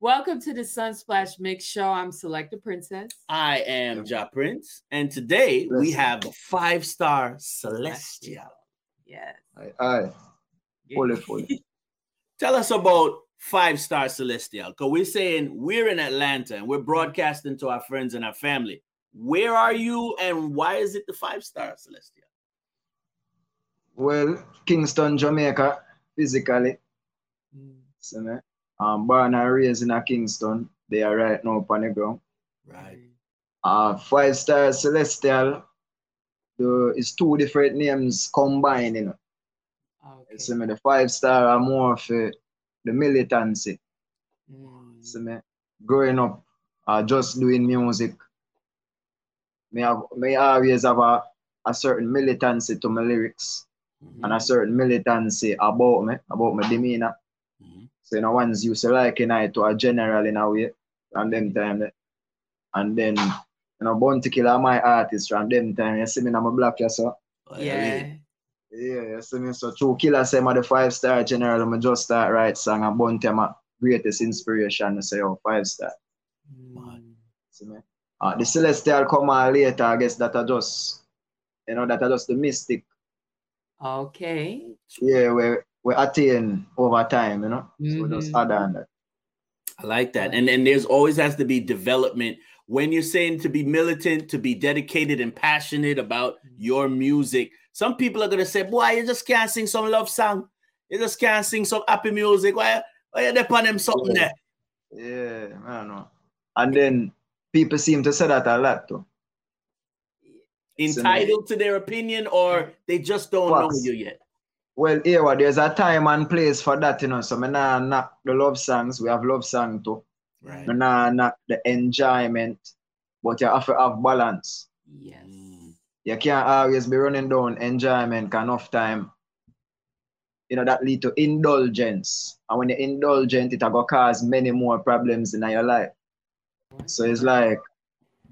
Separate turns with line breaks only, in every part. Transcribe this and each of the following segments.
Welcome to the Sunsplash Mix Show. I'm Selector Princess.
I am Ja Prince, and today we have a five star celestial.
Yes.
Aye, aye. Fully, fully.
Tell us about five star celestial, because we're saying we're in Atlanta and we're broadcasting to our friends and our family. Where are you, and why is it the five star celestial?
Well, Kingston, Jamaica, physically. See me? Um, born and raised in a Kingston. They are right now upon the ground.
Right.
Uh, five star celestial. The, it's two different names combined, you know. You see
Mm-hmm. Okay.
me? The five star are more for the militancy.
Mm.
See me? Growing up, uh, just doing music. Me have me always have a, a certain militancy to my lyrics and a certain militancy about me, about my demeanor.
Mhm.
So you know, once you say like in it to a general in a way, from them time. eh, And then you know, Bounty Killer my artist from them time. You see me now my black yeah, so
Oh,
Yeah.
really?
yeah, you see me. So true killer say my the five star general, I'm just start write song and Bounty my greatest inspiration. I say oh five star.
Mm.
See me? Uh, the celestial come on later, I guess that are just you know, that are just the mystic,
Okay.
yeah, we we attain over time, you know. So
Mhm.
just add on that.
I like that. And and there's always has to be development. When you're saying to be militant, to be dedicated and passionate about
Mm-hmm.
your music, some people are gonna say, "Boy, you just can't sing some love song. You just can't sing some happy music. Why? Why you depend on them something
Yeah.
there?"
Yeah, I don't know. And then people seem to say that a lot too.
Entitled to their opinion, or they just don't know
Facts.
you yet.
Well, yeah, well, there's a time and place for that, you know. So me nah knock the love songs. We have love song too.
Right.
Me nah knock the enjoyment, but you have to have balance.
Yes.
You can't always be running down enjoyment enough time. You know that lead to indulgence, and when you're indulgent, it will cause many more problems in your life. So it's like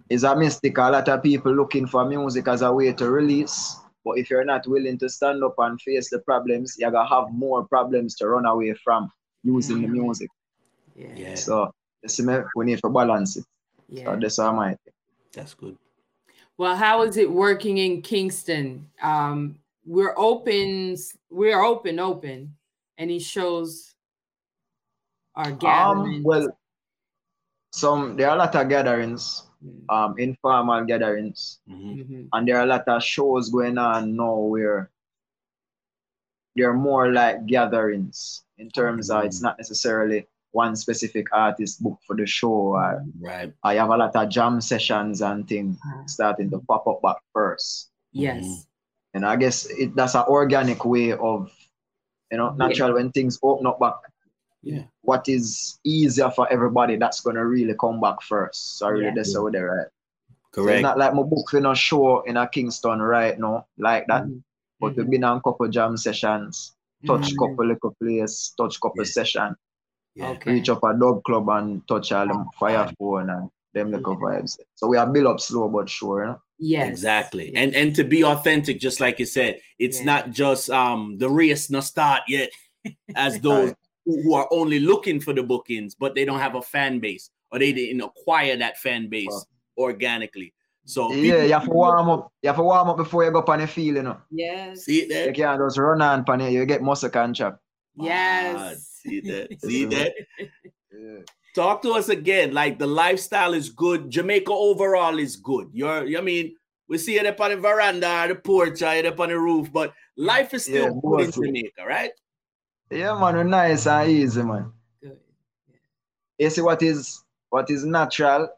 it's a mystic. A lot of people looking for music as a way to release. But if you're not willing to stand up and face the problems, you're gonna have more problems to run away from using the
Mhm.
music.
Yeah.
Yeah.
So you see me, we need to balance it. So
yeah.
that's how I think.
That's good.
Well, how is it working in Kingston? Um, we're open. We're open, open. Any shows are gathering.
Um, well, some there are a lot of gatherings,
Mm-hmm.
um, informal gatherings.
Mhm.
Mhm.
and there are a lot of shows going on now where they're more like gatherings in terms of it's not necessarily one specific artist booked for the show. Or
Right.
I have a lot of jam sessions and things
Uh-huh.
starting to pop up back first.
Yes.
And I guess it that's an organic way of, you know,
Yeah.
natural when things open up back.
Yeah.
What is easier for everybody that's gonna really come back first. So really
Yeah.
that's how they're right. So it's
Correct.
not like my book in a show in a Kingston right now, like that.
Mm.
Mhm.
But we've been on couple jam sessions, touch
Mm.
Mhm.
couple little place, touch couple
Yeah.
session,
Yeah.
Okay.
reach up a dub club and touch all
Ah.
them fire phone and them little vibes. So we are build up slow but sure. You know?
Yes.
Exactly.
yes.
And and to be authentic, just like you said, it's
Yeah.
not just um the race not start yet as those
Right.
who who are only looking for the bookings, but they don't have a fan base or they didn't acquire that fan base
Wow.
organically. So
yeah,
people-
you have to warm up. You have to warm up before you go on the field, you know.
yes.
see it there.
You can't just run on pan it, you get muscle contract.
Ah,
Yes.
see that. See that.
Yeah.
Talk to us again. Like the lifestyle is good. Jamaica overall is good. You're you know what I mean we see it up on the veranda, or the porch, or it up on the roof, but life is still
Yeah,
good in
mostly.
Jamaica, right?
yeah, man, we're nice and easy, man.
Good.
You see what is what is natural,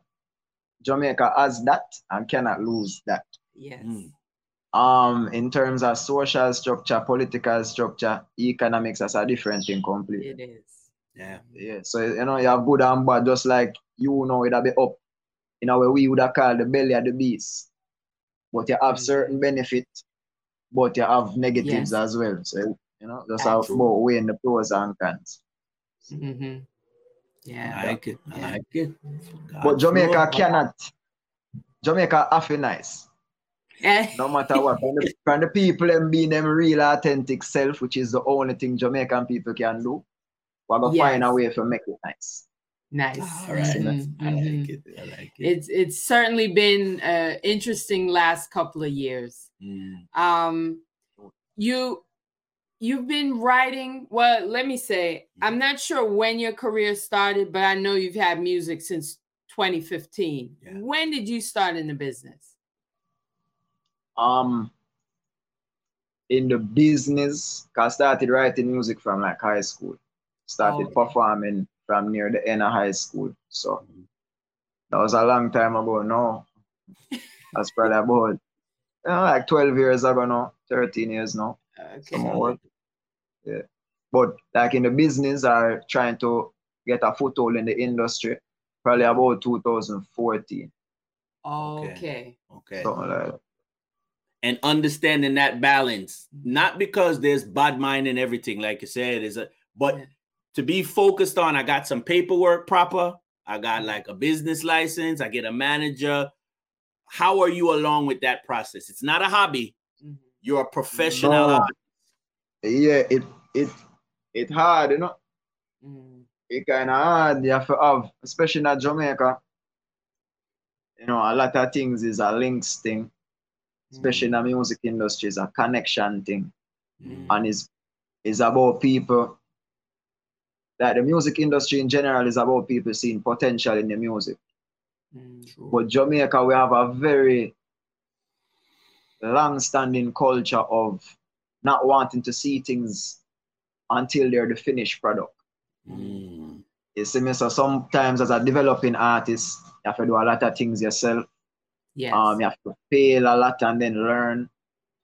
Jamaica has that and cannot lose that.
Yes.
Mm.
um in terms of social structure political structure economics that's a different thing completely
It is.
Yeah.
yeah so you know you have good and bad just like you know it'll be up you know where we would have called the belly of the beast but you have
Mhm.
certain benefit but you have negatives
Yes.
as well so you know that's how
Absolutely.
about weighing the pros and cons
hmm Yeah.
I like it. I
Yeah.
like it.
but jamaica
Absolutely.
cannot jamaica have a nice
Eh,
no matter what from the, from the people them being them real authentic self which is the only thing jamaican people can do we're gonna find a
Yes.
way to make it nice
Nice.
All right.
Mhm,
I
mhm.
like it. I like it.
It's it's certainly been uh, interesting last couple of years.
Mm.
um you you've been writing well let me say i'm not sure when your career started but i know you've had music since 2015
Yeah.
when did you start in the business
um in the business 'cause I started writing music from like high school. Started
Oh.
performing from near the end of high school. So
Mhm.
that was a long time ago now. That's probably about you know, like 12 years ago now, 13 years now.
okay
Some more. Yeah. But like in the business are trying to get a foothold in the industry, probably about 2014.
okay,
Okay. Okay.
Something like that.
and understanding that balance not because there's bad mind and everything like you said is a but
Yeah.
to be focused on i got some paperwork proper i
Mm-hmm.
got like a business license i get a manager how are you along with that process it's not a hobby
Mhm.
you're a professional
No.
artist.
Yeah, it it it hard, you know.
Mm.
it kind of hard. You have to have, especially in Jamaica, you know, a lot of things is a links thing, especially in the music industry, is a connection thing.
Mm-hmm.
And it's, it's about people, like the music industry in general is about people seeing potential in the music.
Mm.
But Jamaica, we have a very long-standing culture of not wanting to see things until they're the finished product.
Mm.
You see me, so sometimes as a developing artist, you have to do a lot of things yourself.
yes
Um, you have to fail a lot and then learn,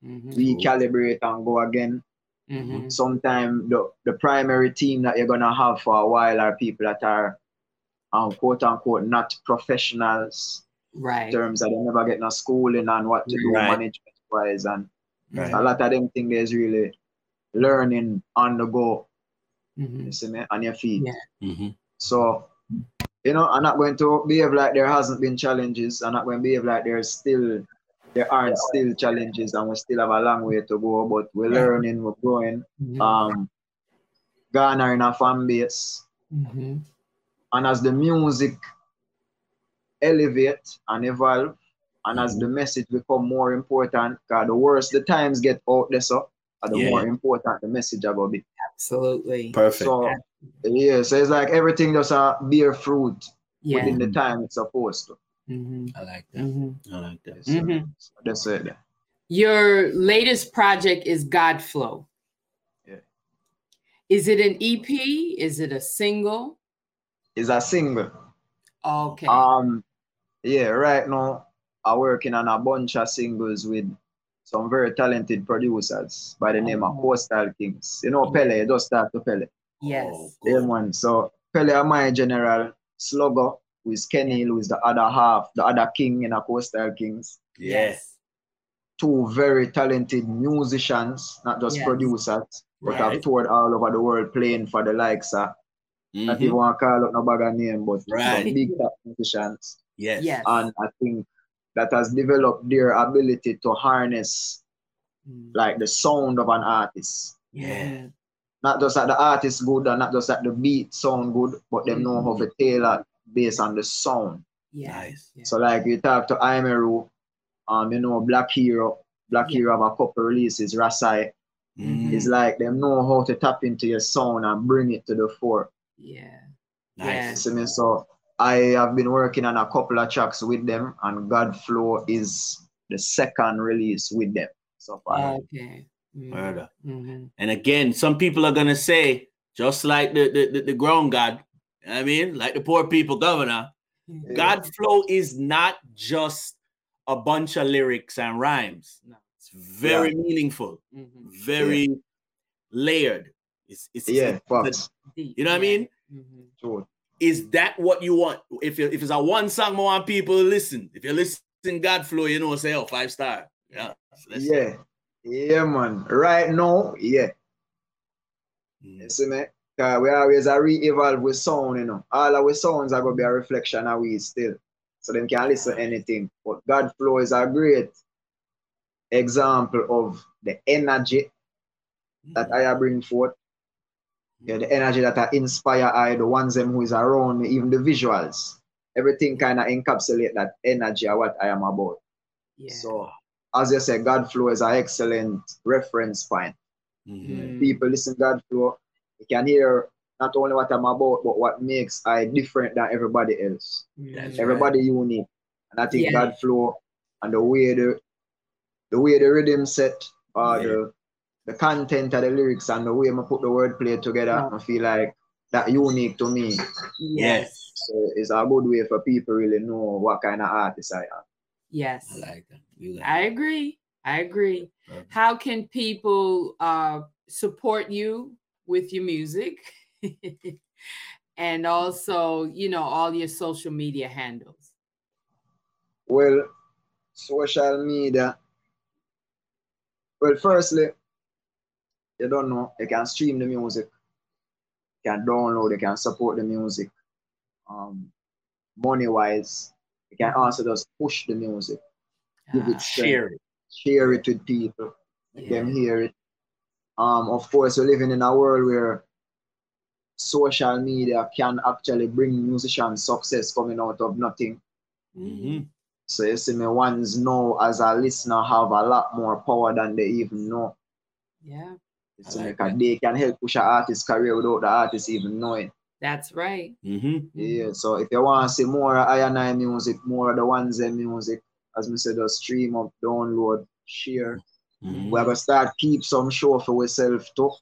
Mhm,
recalibrate and go again.
mhm,
Sometimes the, the primary team that you're gonna have for a while are people that are um, quote unquote not professionals in
right
terms that they never get no schooling and what to do
Right.
management wise and
Mm-hmm.
Right.
a lot of them think there's really learning on the go,
Mhm.
you see me, on your feet.
Yeah.
Mhm.
So, you know, I'm not going to behave like there hasn't been challenges. I'm not going to behave like there's still there aren't still challenges and we still have a long way to go, but we're
Yeah.
learning, we're growing.
Mhm,
Um garnering a fan base.
mhm,
And as the music elevate and evolve, and as the message become more important, because the worse the times get out there, so and the
Yeah.
more important the message are gonna be.
absolutely
perfect
So yeah, so it's like everything just a bear fruit
yeah
within the time it's supposed to.
mhm,
i like that
mhm.
i like that
So
Mhm.
That's it.
your latest project is godflow
Yeah.
is it an ep is it a single
It's a single.
Okay.
Oh,
Um, yeah, right now I'm working on a bunch of singles with some very talented producers by the name of
Oh.
Coastal Kings. You know Pele, you just start to Pele.
yes.
Oh, good.
Yeah, man. So Pele are my general slugger with Kenny, who is the other half, the other king in a Coastal Kings.
yeah
Two very talented musicians, not just
Yes.
producers, but i
Right.
have toured all over the world playing for the likes of not
Mhm.
even want to call out no bag of name, but
Right.
some big top musicians.
yes
Yes.
And I think that has developed their ability to harness
Mm.
like the sound of an artist.
yeah
Mhm.
Not just that the artist good and not just that the beat sound good, but them know how to tailor based on the sound.
Yeah.
Nice.
Mm-hmm. Yeah.
So like you talk to Aimeru, um, you know, Black Hero, Black
Yeah.
Hero have a couple releases, Rasai.
Mhm.
Mm.
It's like them know how to tap into your sound and bring it to the fore.
yeah.
nice
See me, so I have been working on a couple of tracks with them, and Godflow is the second release with them so far.
Okay. Mhm.
Murder.
Mhm.
And again, some people are gonna say, just like the the, the, the grown God, I mean, like the poor people governor,
Mhm.
Yeah.
God flow is not just a bunch of lyrics and rhymes.
No.
It's very meaningful,
Mhm.
very layered. It's it's, it's-
yeah,
it's a-
facts.
Deep.
you know what I
Yeah.
mean?
Mhm.
True.
Is that what you want? If you if it's a one song, more want people to listen. If you listen God flow, you know, say oh five star. Yeah. so let's-
Yeah, yeah, man. Right now, yeah. You
Mm.
see me? 'Cause we always a re-evolve with sound, you know. All our sounds are gonna be a reflection of we still. So them can listen to anything. But Godflow is a great
Mm-hmm.
example of the energy that I bring forth Yeah, the energy that I inspire I, the ones them who is around me, even the visuals. Everything kind of encapsulate that energy of what I am about.
Yeah.
So as you say, Godflow is an excellent reference point.
Mhm.
Mm.
People listen to Godflow, you can hear not only what I'm about, but what makes I different than everybody else.
That's
Mm.
right.
Everybody unique. And I think
Yeah.
that flow and the way the the way the rhythm set or
Yeah.
the the content of the lyrics and the way I put the wordplay together, I feel like that unique to me.
Yes.
So it's a good way for people really know what kind of artist I am.
Yes.
I like that. You like
I agree. I agree.
that.
How can people uh, support you with your music? and also, you know, all your social media handles.
Well, social media. Well, firstly, you don't know, you can stream the music, you can download, you can support the music. Um, money wise, you can also just push the music, give
Uh,
it share,
it.
share it with people, make
yeah.
them hear it. Um, of course, we're living in a world where social media can actually bring musicians success coming out of nothing.
Mhm.
So you see me ones know as a listener have a lot more power than they even know.
Yeah,
You
I
see me,
like
'cause they can help push an artist career without the artist even knowing.
that's right.
Mhm.
Yeah. So if you want to see more of I and I music, more of the ones and music, as me said, just stream up, download, share.
Mhm.
We're gonna start keep some show for ourselves too. I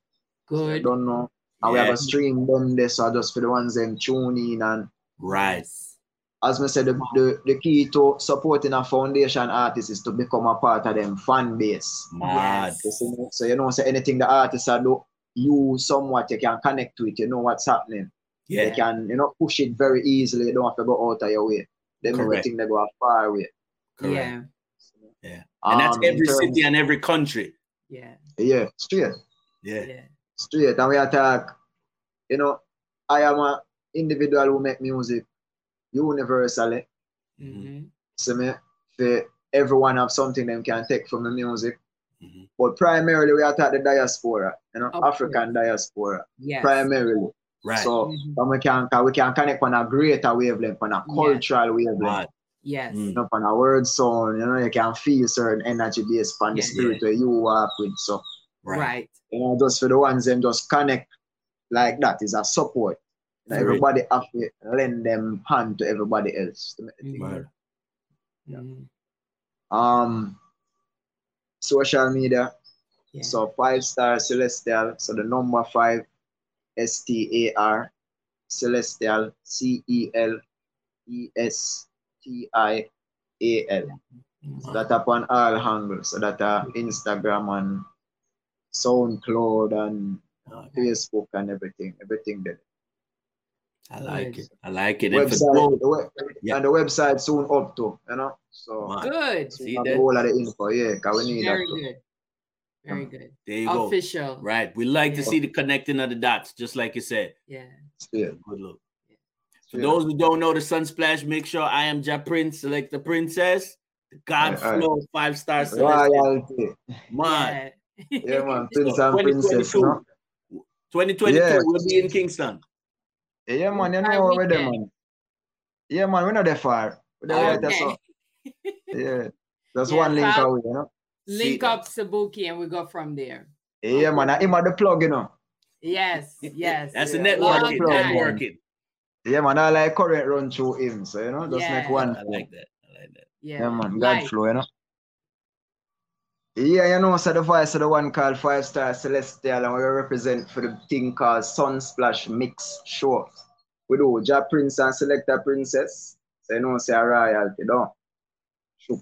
Good.
don't know. And we
Yeah.
have a stream them there, so just for the ones them tune in and
Right.
Yes.
as me said, the, the, the key to supporting a foundation artist is to become a part of them fan base.
Mad.
Yes.
You see me? So you know, say anything the artist I do, you somewhat you can connect to it. You know what's happening.
Yeah.
You can you know push it very easily. You don't have to go out of your way. Them
Correct.
everything they go far away.
Correct.
Yeah,
And that's
Um, in
every
terms-
city and every country.
yeah,
Yeah, straight,
Yeah.
yeah.
straight. And we attack. You know, I am an individual who make music universally.
Mhm.
Mhm.
See me? For everyone have something them can take from the music.
Mhm.
But primarily we attack the diaspora, you know,
Of
African diaspora.
Yes.
Primarily.
Right.
So
Mhm.
And we can, we can connect on a greater wavelength, on a
Yeah.
cultural wavelength,
Mad.
Yes.
Mm.
you know, on a word sound. You know, you can feel certain energy based on
Yeah.
the spirit where you work with. So,
Right.
Right.
you know, just for the ones them just connect like that is a support. You know,
Right.
everybody have to lend them hand to everybody else. to make the thing
Mhm.
Mad.
Yeah.
Mhm.
work. Um, social media.
Yeah.
So five star celestial. So the number five, S T A R, celestial, C E L, E S T I A L. So that upon all handles. So that uh, Instagram and SoundCloud and uh, Facebook and everything, everything there.
I like
Yes.
it. I like it. And for
Website,
those,
the web,
Yeah.
and the website soon up to, you know. So
Mad.
Good.
soon
See
have
that?
the whole of the info, yeah, because we need
Very
that. too.
good. Very good.
there you go.
Official.
Right. We like to
Yeah.
see the connecting of the dots, just like you said.
Yeah.
Still,
Good look. For
still.
those who don't know the Sunsplash, make sure I am Ja Prince, select the princess, the
Aye, aye.
Godflow five star select.
royalty.
Man,
Yeah.
Yeah, man,
So,
prince and princess, you know?
2022
Yeah.
will be in Kingston.
Yeah, man, you
Entire
know where they
weekend.
man. Yeah, man, we're not that far. We're
Oh,
right
okay.
so, yeah, that's
Yeah,
one link
so-
away, you know.
Link
See-
up Sabuki and we go from there.
Yeah, man, I him at the plug, you know.
Yes. Yes.
That's a
Yeah.
networking.
Long time.
Networking.
Yeah, man, I like current run through him, so you know, just
Yeah.
make one.
I like that. I like that.
yeah.
Yeah, man, God
Life.
flow, you know. Yeah, you know, so the voice of the one called Five Star Celestial, and we represent for the thing called Sunsplash Mix Show. We do Ja Prince and Selector Princess. So you know, say a royalty, don't. Shook.